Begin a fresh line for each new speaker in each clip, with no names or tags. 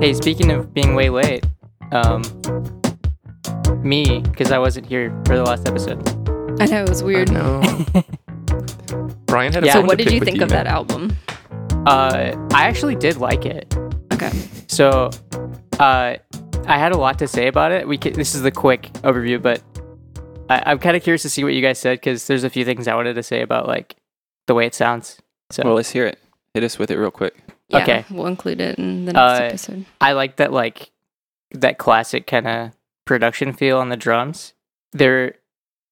Hey, speaking of being way late, um, me, because I wasn't here for the last episode.
I know it was weird.
I know. Brian had a
Yeah.
So
bone to
what did
pick
you
with
think of
man.
that album?
Uh, I actually did like it.
Okay.
So, uh, I had a lot to say about it. We ca this is the quick overview, but I, I'm kind of curious to see what you guys said because there's a few things I wanted to say about like the way it sounds. So
Well, let's hear it. Hit us with it real quick.
Yeah,
Okay.
We'll include it in the next
Uh,
episode.
I like that like that classic kind of production feel on the drums. They're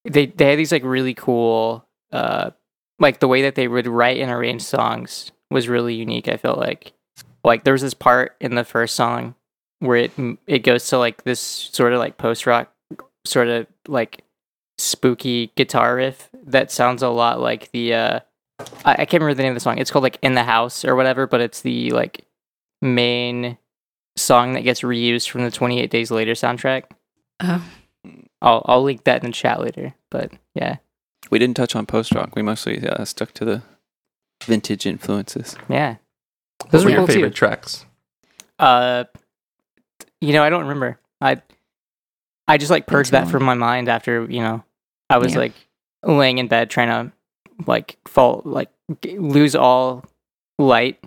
they they had these like really cool uh like the way that they would write and arrange songs was really unique. I felt like like there was this part in the first song where it it goes to like this sort of like post rock sort of like spooky guitar riff that sounds a lot like the uh I, I can't remember the name of the song. It's called like In the House or whatever, but it's the like main song that gets reused from the 28 Days Later soundtrack.
Oh,
I'll I'll link that in the chat later. But yeah,
We didn't touch on post rock. We mostly uh, stuck to the vintage influences.
yeah, those were
What were
cool
your
too.
favorite tracks?
Uh, you know, I don't remember. I I just like purged
too
that
long.
from my mind after you know I was
Yeah.
like laying in bed trying to like fall like g- lose all light.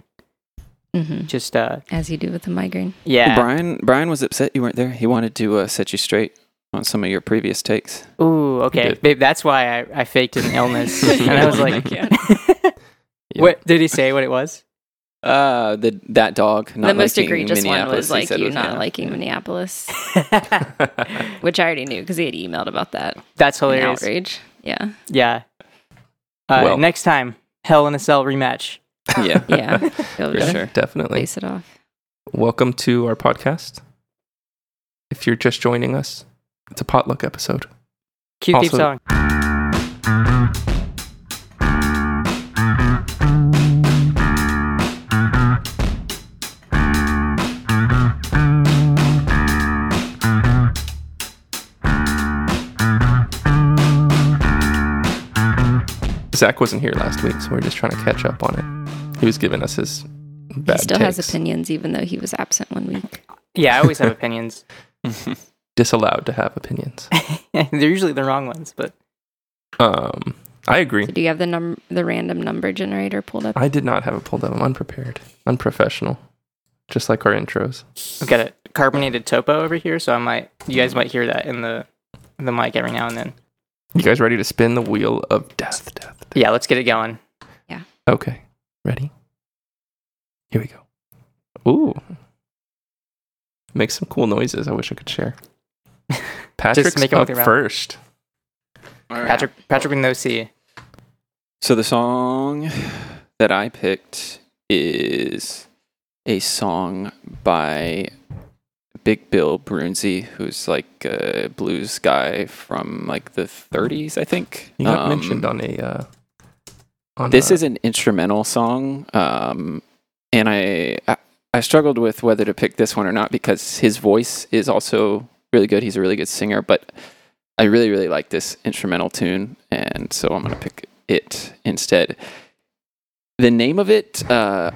hmm
Just uh,
as you do with a migraine.
yeah.
Brian Brian was upset you weren't there. He wanted to uh, set you straight on some of your previous takes.
Ooh, okay,
did.
babe. That's why I I faked an illness, and I was
Oh
like,
my
Yeah.
what did he say? What it was?
Uh, the that dog. Not
the most
liking
egregious one
Minneapolis,
was
he
like
said
you
was
not
yeah.
liking Minneapolis, which I already knew because he had emailed about that. in
That's hilarious.
Outrage. Yeah.
Yeah. Uh,
Well-
Next time, Hell in a Cell rematch.
Yeah,
Yeah. Go
for
to
sure.
Definitely.
Base it off.
Welcome to our podcast. If you're just joining us, it's a potluck episode.
Cute
Also-
theme song.
Zach wasn't here last week, so we are just trying to catch up on it. He was giving us his bad
he still has
takes.
opinions, even though he was absent one week.
Yeah, I always have opinions.
Disallowed to have opinions.
They're usually the wrong ones, but
um, I agree.
So do you have the num the random number generator pulled up?
I did not have it pulled up. I'm unprepared, unprofessional, just like our intros.
I've got a carbonated topo over here, so I might. You guys might hear that in the the mic every now and then.
You guys ready to spin the wheel of death? Death. death?
Yeah, let's get it going.
Okay. Ready? Here we go. Ooh. Makes some cool noises. I wish I could share. Patrick's
make it
up
with your mouth.
first.
All right.
Patrick, Patrick with no C.
So the song that I picked is a song by Big Bill Brunzi, who's like a blues guy from like the 30s, I think.
You got
Um,
mentioned on a. Uh, on
This
a-
is an instrumental song, um, and I, I I struggled with whether to pick this one or not because his voice is also really good. He's a really good singer, but I really really like this instrumental tune, and so I'm gonna pick it instead. The name of it, uh,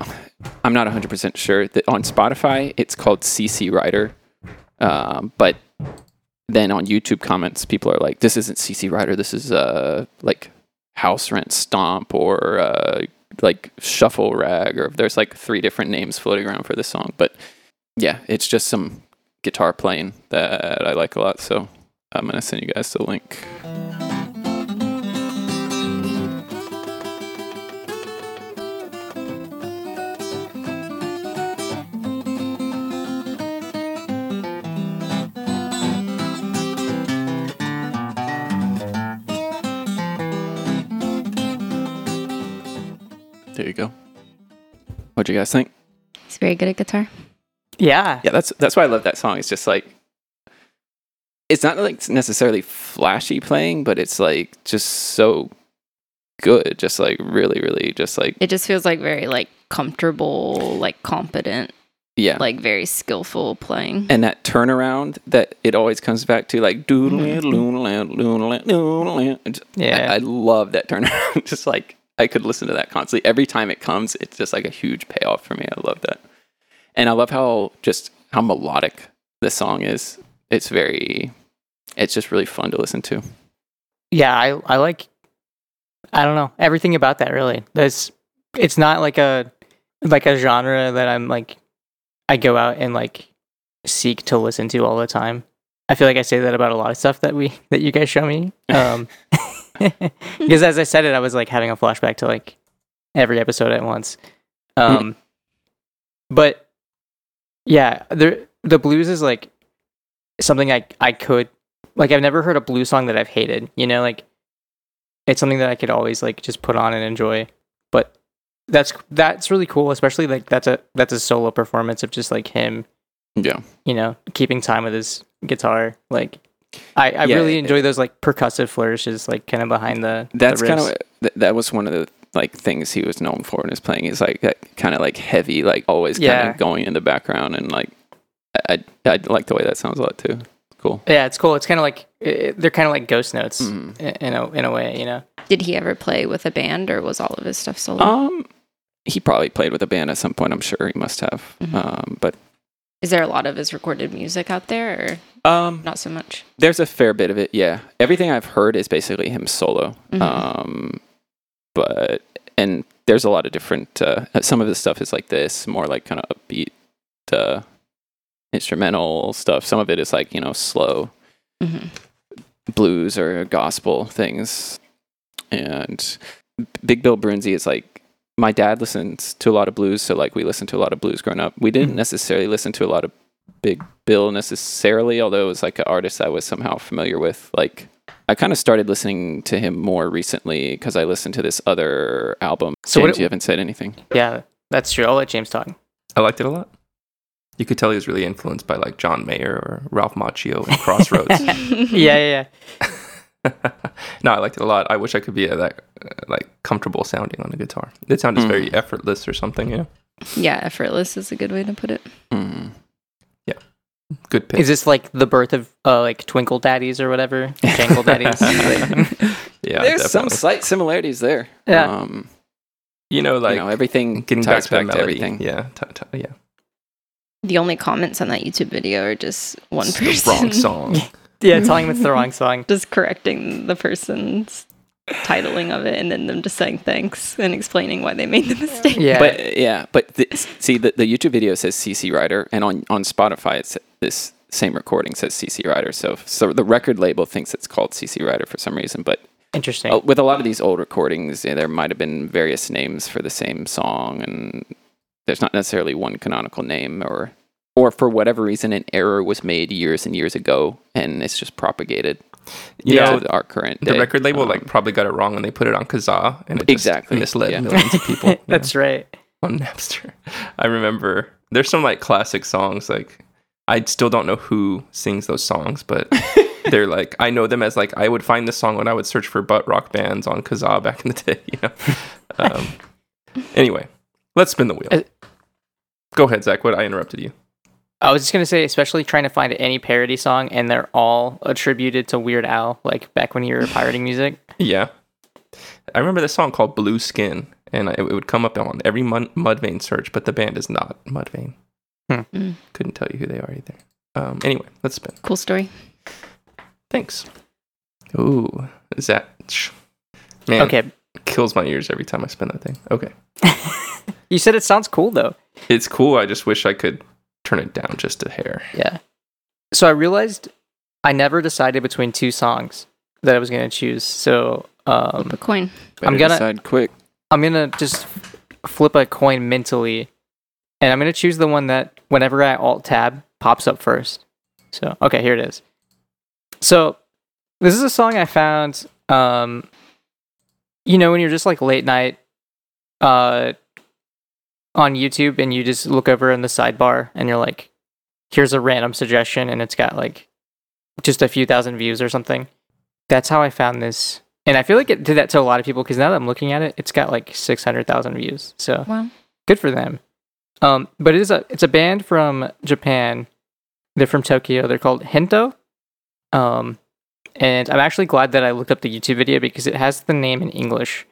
I'm not 100% sure. That on Spotify, it's called CC Rider, um, but then on YouTube comments, people are like, "This isn't CC Rider. This is uh like house rent stomp or uh, like shuffle rag or there's like three different names floating around for this song but yeah it's just some guitar playing that i like a lot so i'm gonna send you guys the link there you go what do you guys think
He's very good at guitar.
Yeah.
yeah that's that's why i love that song it's just like it's not like necessarily flashy playing but it's like just so good just like really really just like
It just feels like very like comfortable, like competent,
yeah
like very skillful playing.
and that turnaround that it always comes back to like doodle doodle doodle doodle doodle
Yeah.
I, I love that turnaround just like I could listen to that constantly. Every time it comes, it's just like a huge payoff for me. I love that. And I love how just how melodic the song is. It's very it's just really fun to listen to.
Yeah, I I like I don't know, everything about that really. That's it's not like a like a genre that I'm like I go out and like seek to listen to all the time. I feel like I say that about a lot of stuff that we that you guys show me. Um because as I said it, I was like having a flashback to like every episode at once. Um but yeah, there the blues is like something I I could like I've never heard a blues song that I've hated, you know, like it's something that I could always like just put on and enjoy. But that's that's really cool, especially like that's a that's a solo performance of just like him,
Yeah.
you know, keeping time with his guitar. Like I, I
Yeah,
really
it-
enjoy those like percussive flourishes, like kind of behind the. the
That's kind
riffs.
of th- that was one of the like things he was known for in his playing is like that kind of like heavy, like always kind
Yeah.
of going in the background and like I, I I like the way that sounds a lot too. Cool.
yeah, it's cool. It's kind of like eh, they're kind of like ghost notes
Mhm.
i- in a in a way, you know.
Did he ever play with a band or was all of his stuff solo?
Um, he probably played with a band at some point. I'm sure he must have.
Mm-hmm.
Mhm.
Um, but
Is there a lot of his recorded music out there or
um,
not so much?
there's a fair bit of it. Yeah, everything I've heard is basically him solo.
Mhm.
Um, but and there's a lot of different. Uh, some of his stuff is like this, more like kind of upbeat, uh, instrumental stuff. Some of it is like you know slow
Mhm.
blues or gospel things. And Big Bill Brunzi is like my dad listens to a lot of blues, so like we listened to a lot of blues growing up. We
Hmm.
didn't necessarily listen to a lot of Big Bill necessarily, although it was like an artist I was somehow familiar with. Like I kind of started listening to him more recently because I listened to this other album.
So
So
what
James,
it-
you haven't said anything.
Yeah, that's true. I'll let James talk.
I liked it a lot. You could tell he was really influenced by like John Mayer or Ralph Macchio and Crossroads.
Mm-hmm.
Yeah, yeah, yeah.
no, I liked it a lot. I wish I could be uh, that uh, like comfortable sounding on the guitar. It sounded
Hmm.
Mm.
very effortless or something. Yeah,
yeah, effortless is a good way to put it.
Hmm.
Mm.
good pick.
Is this like the birth of uh, like Twinkle Daddies or whatever? Jangle Daddies. Like-
yeah,
There's some
definitely.
slight similarities there.
Yeah.
Um,
you know, like
you know, everything
getting back
ties
to, the
back, to
melody.
everything.
Yeah, t- t- yeah.
The only comments on that YouTube video are just one
It's the
person
wrong song.
yeah, telling him it's the wrong song.
just correcting the person's titling of it and then them just saying thanks and explaining why they made the mistake.
Yeah, but
But yeah, but the, see, the, the YouTube video says CC Rider, and on, on Spotify, it's this same recording says CC Rider. So so the record label thinks it's called CC Rider for some reason. But
interesting.
uh, with a lot of these old recordings, yeah, there might have been various names for the same song, and there's not necessarily one canonical name, or or for whatever reason, an error was made years and years ago, and it's just propagated.
You
Yeah,
know,
to our current
the
day.
record label like
Um,
probably got it wrong when they put it on Kazaa and it
Exactly,
just misled
yeah.
millions of people. you know?
That's right.
on Napster. I remember there's some like classic songs like I still don't know who sings those songs, but they're like I know them as like I would find this song when I would search for butt rock bands on Kazaa back in the day. You know. Um, anyway, let's spin the
Uh,
wheel. Go ahead, Zach. What I interrupted you.
I was just gonna say, especially trying to find any parody song, and they're all attributed to Weird Al, like back when you were pirating music.
Yeah, I remember this song called Blue Skin, and it, it would come up on every Mun- Mudvayne search, but the band is not Mudvayne.
Hmm.
Mm.
Couldn't tell you who they are either. Um, anyway, let's spin.
Cool story.
Thanks. Ooh, is that sh- man? Okay,
Okay,
kills my ears every time I spin that thing. Okay,
you said it sounds cool though.
it's cool. I just wish I could turn it down just a hair.
Yeah. So I realized I never decided between two songs that I was gonna choose. So um,
Flip a coin.
I'm
better
gonna-
decide quick.
I'm gonna just flip a coin mentally, and I'm gonna choose the one that whenever I alt tab pops up first. So okay, here it is. So this is a song I found. Um, you know when you're just like late night, uh, on YouTube, and you just look over in the sidebar, and you're like, "Here's a random suggestion," and it's got like just a few thousand views or something. That's how I found this and I feel like it did that to a lot of people because now that I'm looking at it, it's got like 600,000 views. So
Wow.
good for them. Um, but it is a it's a band from Japan. They're from Tokyo. They're called Hento. Um, and I'm actually glad that I looked up the YouTube video because it has the name in English.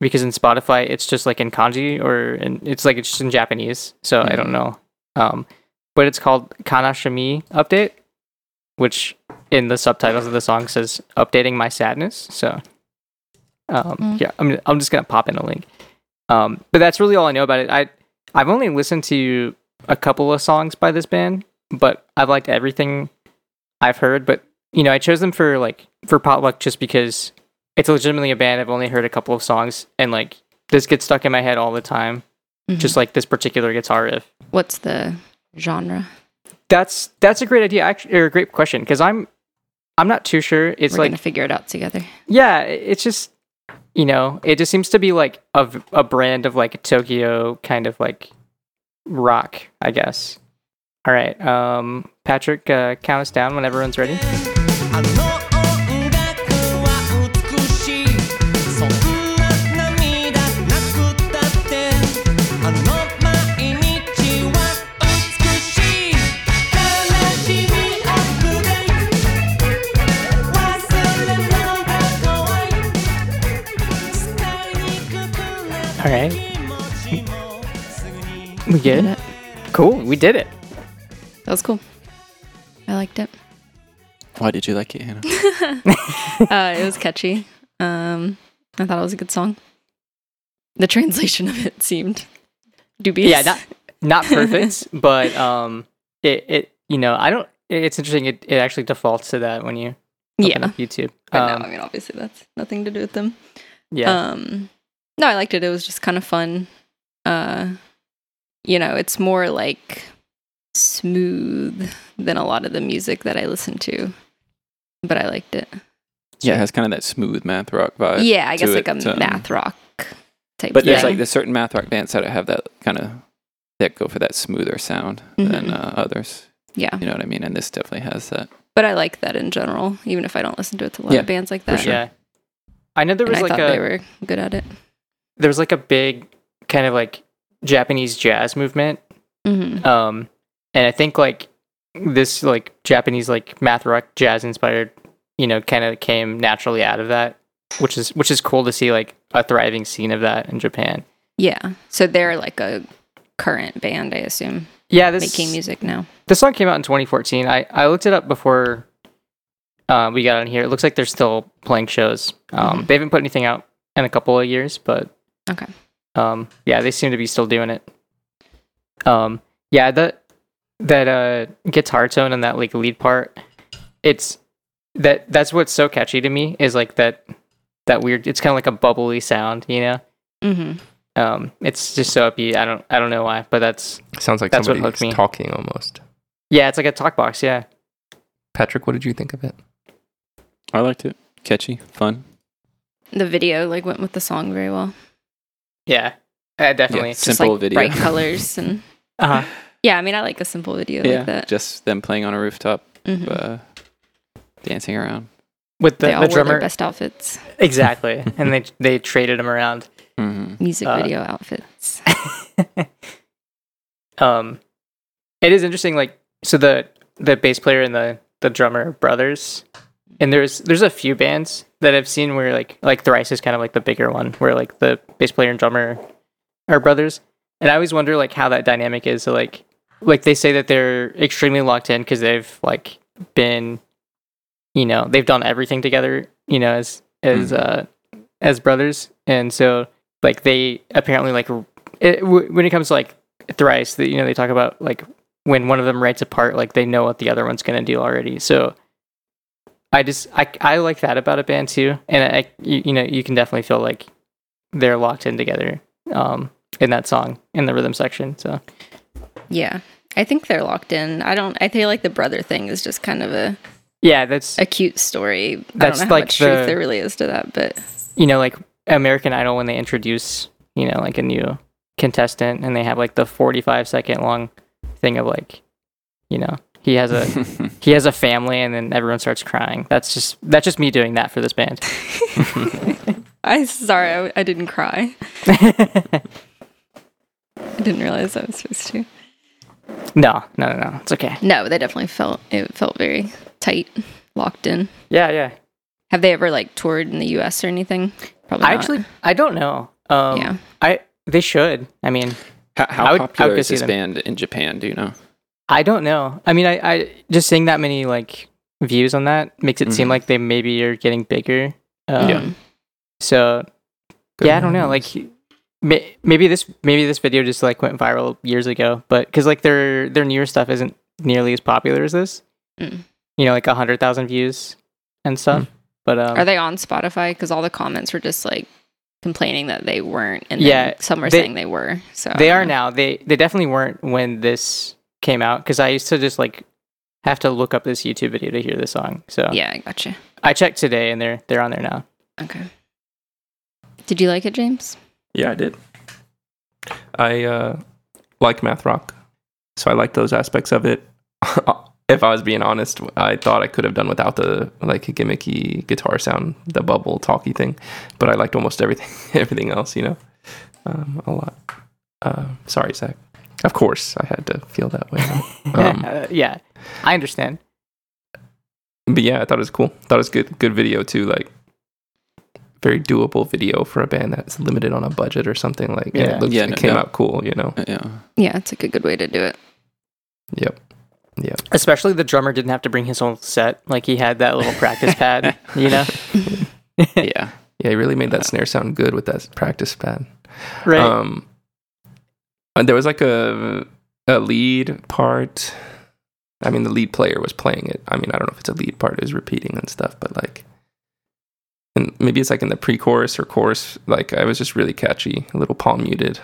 because in Spotify it's just like in kanji or in, it's like it's just in Japanese. So I don't
Mhm.
know. Um, but it's called Kanashimi Update, which in the subtitles of the song says updating my sadness. So um,
Mm.
yeah, I'm I'm just gonna pop in a link. Um, but that's really all I know about it. I I've only listened to a couple of songs by this band, but I've liked everything I've heard. But you know, I chose them for like for potluck just because it's legitimately a band I've only heard a couple of songs, and like this gets stuck in my head all the time.
Mhm.
Just like this particular guitar riff.
what's the genre?
That's that's a great idea, actually, or a great question, because I'm I'm not too sure. It's
We're
like
gonna figure it out together.
yeah, i- it's just you know, it just seems to be like a v- a brand of like Tokyo kind of like rock, I guess. All right, um, Patrick, uh, count us down when everyone's ready.
あの音楽は美しいそんな涙なくたってあの毎日は美しい悲しみあふれ忘れるのが怖い伝えにくくなる
Alright.
気持ちもすぐに
We get
Did
it. Cool, we did it.
That was cool. I liked it.
Why did you like it, Hannah?
Uh, it was catchy. Um, I thought it was a good song. The translation of it seemed dubious.
Yeah, not not perfect, but um, it it you know, I don't. it- It's interesting. It, it actually defaults to that when you open
yeah.
up YouTube.
But
Um,
no, I mean, obviously that's nothing to do with them.
yeah.
Um, no, I liked it. It was just kind of fun. Uh, you know, it's more like smooth than a lot of the music that I listen to, but I liked it.
yeah, it has kind of that smooth math rock vibe.
yeah, I guess
to
like
it,
a
um,
math rock type.
But there's
thing.
like there's certain math rock bands that have that kind of that go for that smoother sound than
Mm-hmm.
Mhm.
uh, others.
yeah.
You know what I mean? And this definitely has that.
But I like that in general, even if I don't listen to it. It's a lot
Yeah,
of bands like that.
sure.
Yeah. I know there
And
was
I
like
thought
a
they were good at it.
there was like a big kind of like Japanese jazz movement.
hmm
Um and I think like this like Japanese like math rock jazz inspired, you know, kind of came naturally out of that, which is which is cool to see like a thriving scene of that in Japan.
Yeah. So they're like a current band, I assume,
Yeah, this
making music now.
This song came out in 2014. I, I looked it up before uh, we got on here. It looks like they're still playing shows. Um,
Mhm.
They haven't put anything out in a couple of years, but
Okay.
Um, yeah, they seem to be still doing it. Um, yeah, that that uh, guitar tone and that like lead part, it's that that's what's so catchy to me is like that that weird. It's kind of like a bubbly sound, you know.
hmm
Um, it's just so upbeat. I don't I don't know why, but that's
Sounds like
That's what hooked me.
somebody's talking almost.
yeah, it's like a talk box. Yeah.
Patrick, what did you think of it?
I liked it. Catchy, fun.
The video like went with the song very well.
Yeah, uh, definitely.
Yes.
Just,
Simple
like,
video.
bright colors and
Uh-huh.
yeah. I mean, I like a simple video like that.
just them playing on a rooftop,
Mhm.
Mm-hmm.
uh, dancing around.
With
they
the,
all
the
wore their
drummer,
best outfits,
exactly, and they they traded him around.
hmm
music
Uh,
video outfits.
um, it is interesting. Like, so the the bass player and the the drummer are brothers, and there's there's a few bands that I've seen where like like Thrice is kind of like the bigger one, where like the bass player and drummer are brothers, and I always wonder like how that dynamic is. So like like they say that they're extremely locked in because they've like been, you know, they've done everything together, you know, as as uh as brothers, and so like they apparently like r- it, w- when it comes to like thrice that you know they talk about like when one of them writes a part like they know what the other one's going to do already so i just I, I like that about a band too and i you, you know you can definitely feel like they're locked in together um in that song in the rhythm section so
Yeah, I think they're locked in. I don't. I feel like the brother thing is just kind of a,
yeah that's
a cute story.
That's
I don't know
like
how much
the-
truth there really is to that, but
you know like american idol when they introduce you know like a new contestant and they have like the 45 second long thing of like you know he has a he has a family and then everyone starts crying that's just that's just me doing that for this band
I sorry I, I didn't cry. I didn't realize I was supposed to.
No, no, no, no. It's okay.
No, they definitely felt it felt very tight, locked in.
Yeah, yeah.
Have they ever like toured in the U.S. or anything? Probably
I
not.
actually I don't know. Um,
Yeah.
I they should. I mean,
How, how
I would- I would
popular
go
is
see
this
them.
band in Japan? Do you know?
I don't know. I mean, I, I just seeing that many like views on that makes it seem
Mhm.
like they maybe are getting bigger. Um,
Yeah.
So
Good
yeah, I don't know.
riddance.
Like may- maybe this maybe this video just like went viral years ago, but because like their their newer stuff isn't nearly as popular as this.
Mm.
You know, like a hundred thousand views and stuff. But um,
Are they on Spotify? Because all the comments were just like complaining that they weren't, and
Yeah,
then some were
they-
saying they were. So I
they
don't
are
know.
now. They they definitely weren't when this came out because I used to just like have to look up this YouTube video to hear the song. So
Yeah, I gotcha.
I checked today and they're they're on there now.
Okay. Did you like it, James?
Yeah, I did. I uh, like math rock, so I like those aspects of it. if I was being honest, I thought I could have done without the like gimmicky guitar sound, the bubble talky thing, but I liked almost everything, everything else, you know, um, a lot. Uh, sorry, Zach. Of course, I had to feel that way. Um,
Uh, yeah, I understand.
but yeah, I thought it was cool. Thought it was good, good video too. Like very doable video for a band that's limited on a budget or something. Like, and
Yeah.
it, looked,
Yeah,
it
no
came
doubt.
out cool, you know.
Uh, Yeah.
Yeah, it's like a good way to do it.
Yep.
Especially the drummer didn't have to bring his whole set. Like he had that little practice pad, you know?
Yeah.
Yeah, he really made that snare sound good with that practice pad.
Right.
Um, and there was like a a lead part. I mean, the lead player was playing it. I mean, I don't know if it's a lead part; it was repeating and stuff. But like, and maybe it's like in the pre-chorus or chorus. Like, I was just really catchy. A little palm muted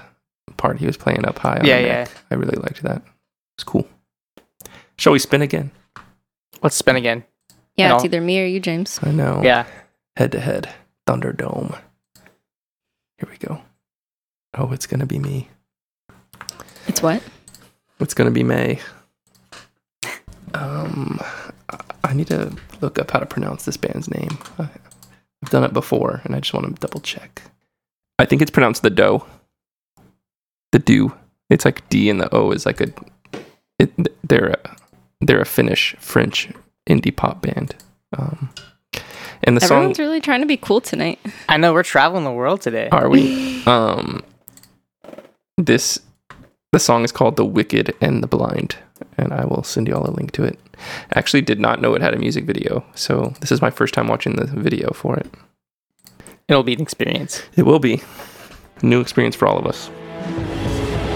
part he was playing up high. On
yeah,
the
yeah.
neck. I really liked that. It's cool. Shall we spin again?
Let's spin again.
Yeah,
And
it's
I'll-
either me or you, James.
I know.
Yeah.
Head to head. Thunderdome. Here we go. Oh, it's gonna be me.
It's what?
It's gonna be May. Um, I- I need to look up how to pronounce this band's name. I- I've done it before, and I just want to double check. I think it's pronounced the dough. The do. It's like D and the O is like a. It, they're a, they're a Finnish French indie pop band. Um, and the song
Everyone's really trying to be cool tonight.
I know we're traveling the world today.
are we? Um, this the song is called "The Wicked and the Blind," and I will send you all a link to it. I actually did not know it had a music video, so this is my first time watching the video for it.
It'll be an experience.
It will be a new experience for all of us.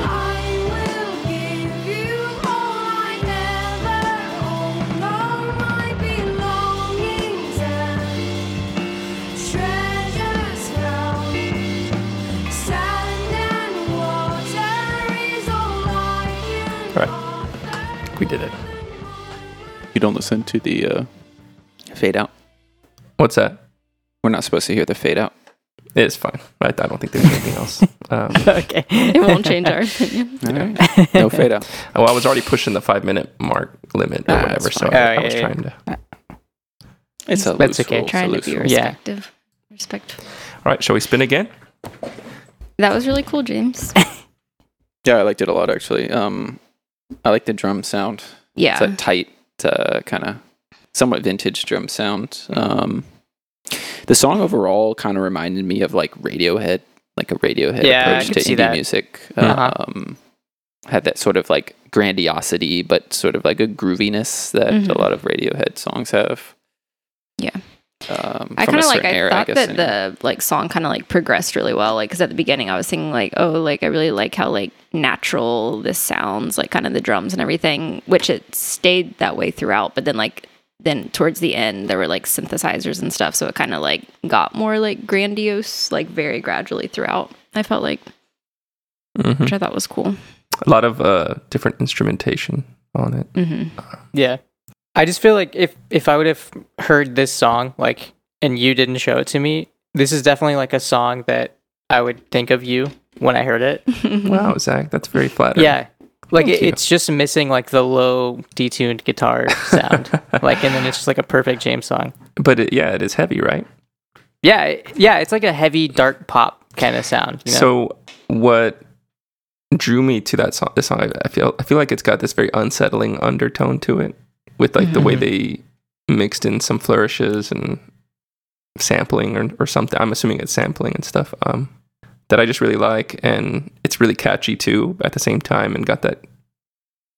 I will give you all I never owned, all my belongings and treasures found. Sand and water is all I can
All
offer.
We did it.
You don't listen to the uh, fade out.
What's that?
We're not supposed to hear the fade out.
It's fine. I, I don't think there's anything else. Um,
okay.
It won't change our opinion.
All right. no fade out.
well, I was already pushing the five minute mark limit or
Ah,
whatever,
that's
so
fine.
I,
Oh,
I was
yeah, yeah.
trying to.
It's a
That's
loose
okay.
rule. It's a
Trying to
loose
be
rule.
Yeah.
respective. Respectful.
All right, shall we spin again?
That was really cool, James.
Yeah, I liked it a lot actually. Um, I like the drum sound.
Yeah.
It's a tight, uh, kind of somewhat vintage drum sound. Um, the song overall kind of reminded me of like Radiohead, like a Radiohead
Yeah, I
approach
could
to
see
indie
that.
music.
Uh-huh.
Um, had that sort of like grandiosity, but sort of like a grooviness that
Mhm.
a lot of Radiohead songs have.
Yeah.
Um,
I
from
kind
a
of like
certain
I
era,
thought
guess,
that
anyway.
the like song kind of like progressed really well like cuz at the beginning I was thinking like oh like I really like how like natural this sounds like kind of the drums and everything which it stayed that way throughout but then like then towards the end there were like synthesizers and stuff so it kind of like got more like grandiose like very gradually throughout I felt like
Mm-hmm.
Hmm.
which I thought was cool
A lot of uh, different instrumentation on it.
mm-hmm.
Yeah. I just feel like if if I would have heard this song like and you didn't show it to me, this is definitely like a song that I would think of you when I heard it.
Wow, Zach, that's very flattering.
Yeah. Like
Thank
it,
you.
it's just missing like the low detuned guitar sound. like and then it's just like a perfect James song.
But it, yeah, it is heavy, right?
Yeah, it- yeah, it's like a heavy dark pop kind of sound, you know?
So what drew me to that song? This song, I, I feel, I feel like it's got this very unsettling undertone to it, with like the way they mixed in some flourishes and sampling or, or something. I'm assuming it's sampling and stuff um, that I just really like, and it's really catchy too at the same time, and got that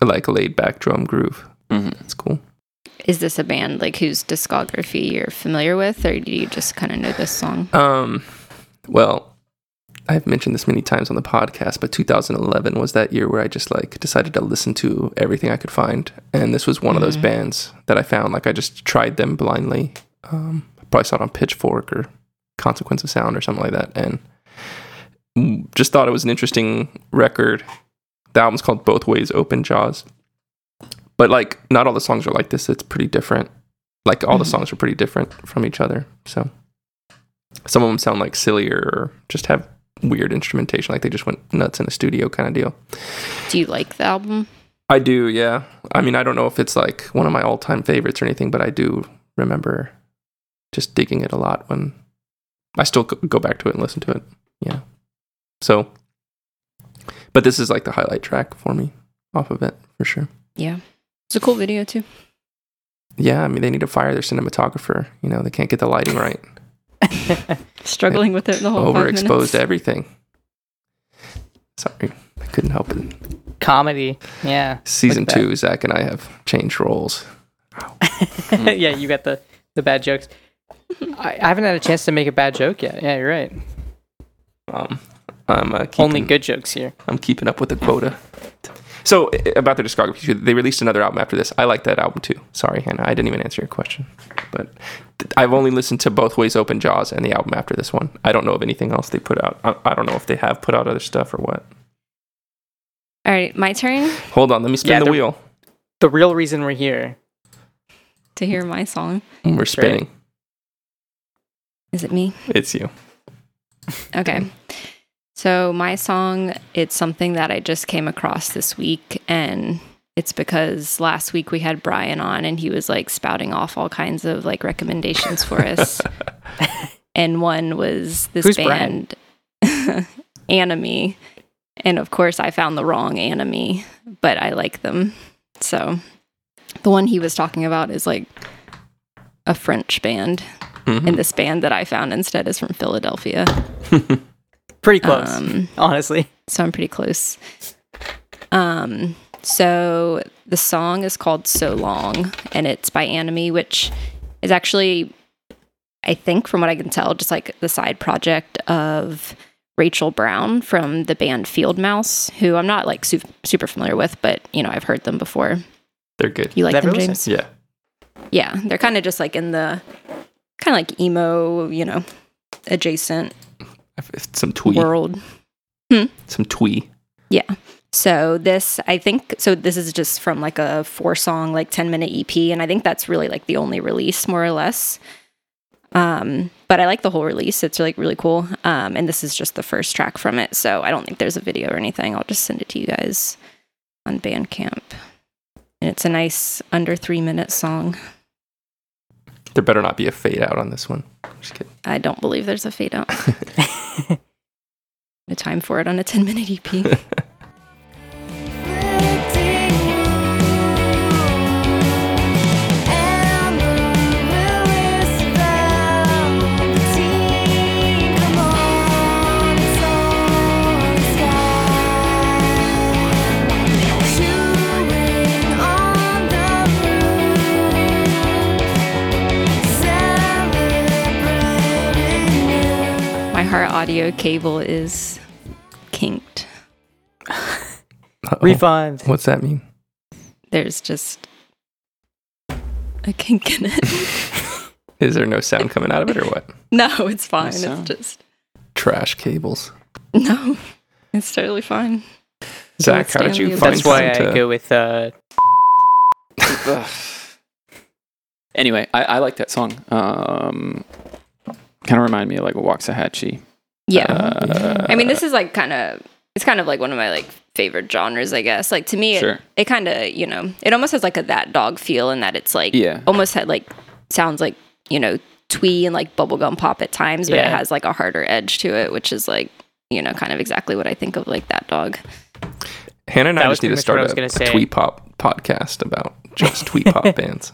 like laid back drum groove.
Mhm.
It's cool.
Is this a band like whose discography you're familiar with, or do you just kind of know this song?
Um, well, I've mentioned this many times on the podcast, but 2011 was that year where I just like decided to listen to everything I could find, and this was one of those
Mhm.
bands that I found. Like I just tried them blindly. Um, I probably saw it on Pitchfork or Consequence of Sound or something like that, and mm, just thought it was an interesting record. The album's called Both Ways Open Jaws, but like not all the songs are like this. It's pretty different. Like all the
Mhm.
songs are pretty different from each other. So some of them sound like sillier or just have weird instrumentation like they just went nuts in a studio kind of deal
Do you like the album?
i do yeah i mean i don't know if it's like one of my all-time favorites or anything but i do remember just digging it a lot when i still go go back to it and listen to it yeah so but this is like the highlight track for me off of it for sure
Yeah, it's a cool video too.
yeah i mean they need to fire their cinematographer you know they can't get the lighting right
Struggling with it the
Oh,
whole five
overexposed
minutes.
to everything sorry i couldn't help it
Comedy. Yeah.
Season
Like that.
two, Zach and I have changed roles. Hmm.
yeah, you got the, the bad jokes. I, I haven't had a chance to make a bad joke yet. Yeah, you're right.
Um, I'm uh, keeping,
Only good jokes here.
I'm keeping up with the quota. So i- about their discography, too, they released another album after this. I like that album too. Sorry, Hannah, I didn't even answer your question, but th- I've only listened to both ways, Open Jaws, and the album after this one. I don't know of anything else they put out. I, I don't know if they have put out other stuff or what.
All right, my turn
Hold on, let me spin
Yeah,
the
they're-
wheel.
The real reason we're here.
to hear my song.
We're spinning.
Is it me?
It's you.
Okay. So my song, it's something that I just came across this week and it's because last week we had Brian on and he was like spouting off all kinds of like recommendations for us. and one was this
Who's Brian?
band Anime. And of course I found the wrong anime, but I like them. So the one he was talking about is like a French band.
Mm-hmm.
Mhm.
And this band that I found instead is from Philadelphia.
Pretty close,
Um,
honestly.
so I'm pretty close. Um, so the song is called "So Long" and it's by Anime, which is actually, I think, from what I can tell, just like the side project of Rachel Brown from the band Field Mouse, who I'm not like su- super familiar with, but you know I've heard them before.
They're good.
You like
Never
them,
listened.
James?
Yeah.
yeah they're kind of just like in the kind of like emo, you know, adjacent
Some twee.
world.
Some twee.
Yeah. So this, I think, so this is just from like a four song, like 10 minute EP. And I think that's really like the only release, more or less. Um, but I like the whole release. It's like really cool. Um, and this is just the first track from it. So I don't think there's a video or anything. I'll just send it to you guys on Bandcamp. And it's a nice under three minute song.
There better not be a fade out on this one. Just kidding.
I don't believe there's a fade out. The time for it on a 10 minute E EP. My heart audio cable is kinked.
Uh-oh.
Refund.
What's that mean?
there's just a kink in it.
Is there no sound coming out of it or what?
no, it's fine.
sound.
It's just
Trash cables.
no. It's totally fine.
Zach,
it's
how did
down
you
the
find
That's why
time
I
to?
go with uh,
Ugh. anyway, I, I like that song. Um, kind of remind me of like Waxahachie.
Yeah.
Uh,
I mean, this is like kind of it's kind of like one of my like favorite genres, I guess. Like to me, it,
Sure.
it kind of you know it almost has like a that dog feel in that it's like
Yeah.
almost had like sounds like you know twee and like bubblegum pop at times, but it
Yeah.
has like a harder edge to it, which is like you know kind of exactly what I think of like that dog.
Hannah and I
That was
just need
pretty much
to
what
start
I was
a,
gonna
a
say.
tweet pop podcast about just tweet pop bands.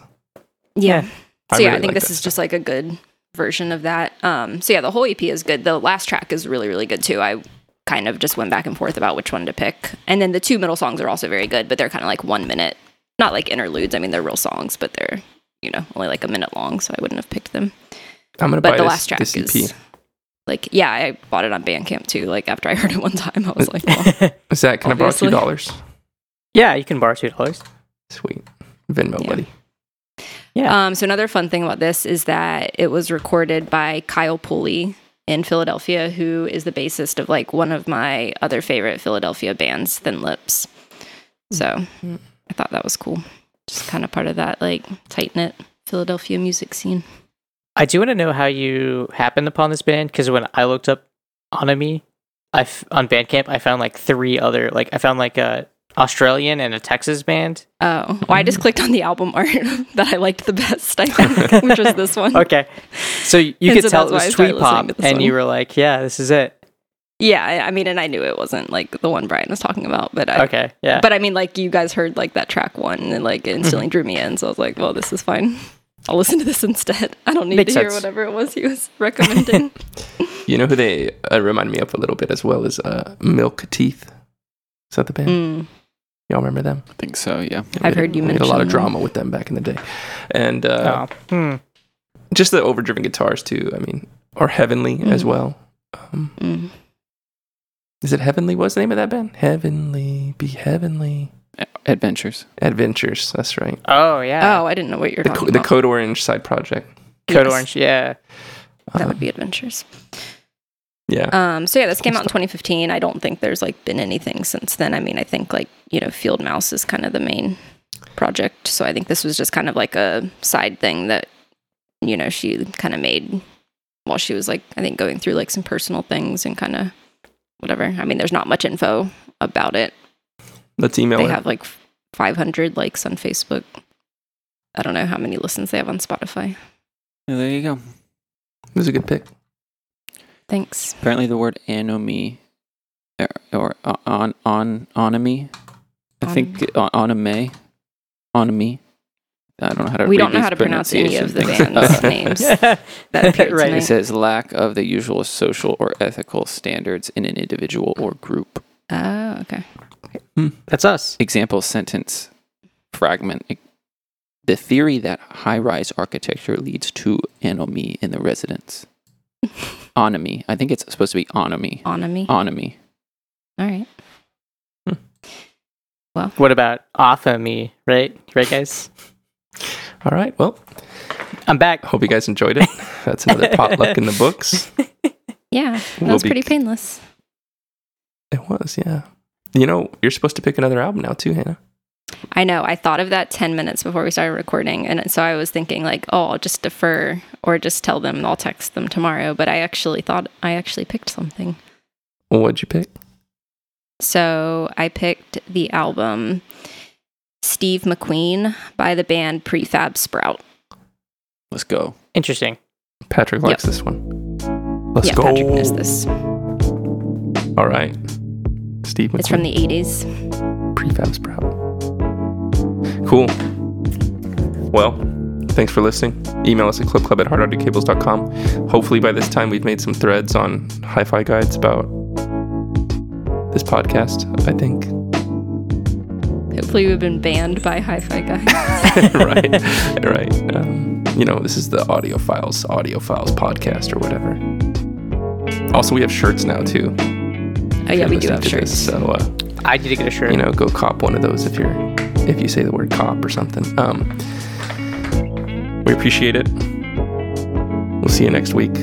Yeah.
I
So yeah,
really
I think
like
this
that
is just like a good version of that. Um, so yeah, the whole EP is good. The last track is really, really good too. I kind of just went back and forth about which one to pick. And then the two middle songs are also very good, but they're kind of like one minute, not like interludes. I mean, they're real songs, but they're, you know, only like a minute long. So I wouldn't have picked them.
I'm gonna
But
buy
the
this,
last track
this E EP.
is like, yeah, I bought it on Bandcamp too. Like after I heard it one time, I was like, well,
Zach,
Obviously.
can I borrow two dollars?
Yeah, you can borrow two dollars.
Sweet, Venmo,
Yeah.
buddy.
Yeah.
Um, so another fun thing about this is that it was recorded by Kyle Pulley in Philadelphia, who is the bassist of like one of my other favorite Philadelphia bands, Thin Lips.
Hmm.
So I thought that was cool. Just kind of part of that like tight knit Philadelphia music scene.
I do want to know how you happened upon this band because when I looked up Anami, I f- on Bandcamp I found like three other like I found like a Australian and a Texas band.
Oh, well, I
Hmm.
just clicked on the album art that I liked the best, I think, which was this one.
Okay, so you
And
could
so
tell
that's
it
why I
was
started
sweet pop,
listening to this
and you
one.
were like, "Yeah, this is it."
Yeah, I- I mean, and I knew it wasn't like the one Brian was talking about, but I,
Okay, yeah,
But I mean, like you guys heard like that track one, and like it instantly drew me in. So I was like, well, this is fine. I'll listen to this instead. I don't need
Makes
to hear
sense.
whatever it was he was recommending.
You know who they uh, remind me of a little bit as well is uh, Milk Teeth. Is that the band?
Mm,
Y'all remember them?
I think so, yeah.
I've heard you
We had a lot
mention them.
of drama with them back in the day, and uh,
oh. hmm.
just the overdriven guitars too. I mean, or Heavenly as
Mm.
well. Um,
mm.
is it Heavenly? What's the name of that band? Heavenly, be heavenly.
Adventures.
Adventures. That's right.
oh yeah,
Oh, I didn't know what you're
The,
talking
co- the
about.
Code Orange side project.
Code
yes.
Orange, yeah.
that
Um,
would be adventures.
Yeah.
Um, so yeah, this came out in
Stuff.
2015. I don't think there's like been anything since then. I mean, I think like you know, Field Mouse is kind of the main project. So I think this was just kind of like a side thing that you know she kind of made while she was like I think going through like some personal things and kind of whatever. I mean, there's not much info about it.
Let's email
They
it.
have like 500 likes on Facebook. I don't know how many listens they have on Spotify.
Yeah, there you go.
it was a good pick.
Thanks.
Apparently, the word anomy er, or uh, on on onomy. I think uh, onome, onomy. I don't know how to.
We
read
don't know
these
how to pronounce any of the
pronunciation
band's
things. Uh,
names that appear
Right.
It
tonight.
says lack of the usual social or ethical standards in an individual or group.
Oh, okay.
Hmm.
That's us.
Example sentence fragment. The theory that high-rise architecture leads to anomy in the residents. Onomy. I think it's supposed to be onomy.
Onami.
Onomy.
All right.
What about Offa Me? Right, right, guys.
All right. Well,
I'm back.
hope you guys enjoyed it. That's another potluck in the books.
Yeah, that
We'll
was
be-
pretty painless.
It was, yeah. You know, you're supposed to pick another album now too, Hannah.
I know. I thought of that 10 minutes before we started recording. And so I was thinking, like, oh, I'll just defer or just tell them I'll text them tomorrow. But I actually thought I actually picked something.
Well, what'd you pick?
So I picked the album Steve McQueen by the band Prefab Sprout.
Let's go.
Interesting.
Patrick likes
Yep.
this one. Let's
yeah,
go.
Patrick knows this.
All right. Steve McQueen,
It's from the 80s.
Prefab Sprout. Cool. Well, thanks for listening. Email us at clipclub at hardautocables.com. Hopefully, by this time, we've made some threads on hi fi guides about this podcast, I think.
Hopefully, we've been banned by Hi Fi Guy.
right, right. Um, you know, this is the Audio Files, Audio Files podcast or whatever. Also, we have shirts now too.
Oh,
if
yeah,
you're
we do
listening
have
to
shirts.
this. so uh,
I need to get a shirt.
you know, go cop one of those if you're if you say the word cop or something. Um, we appreciate it. We'll see you next week.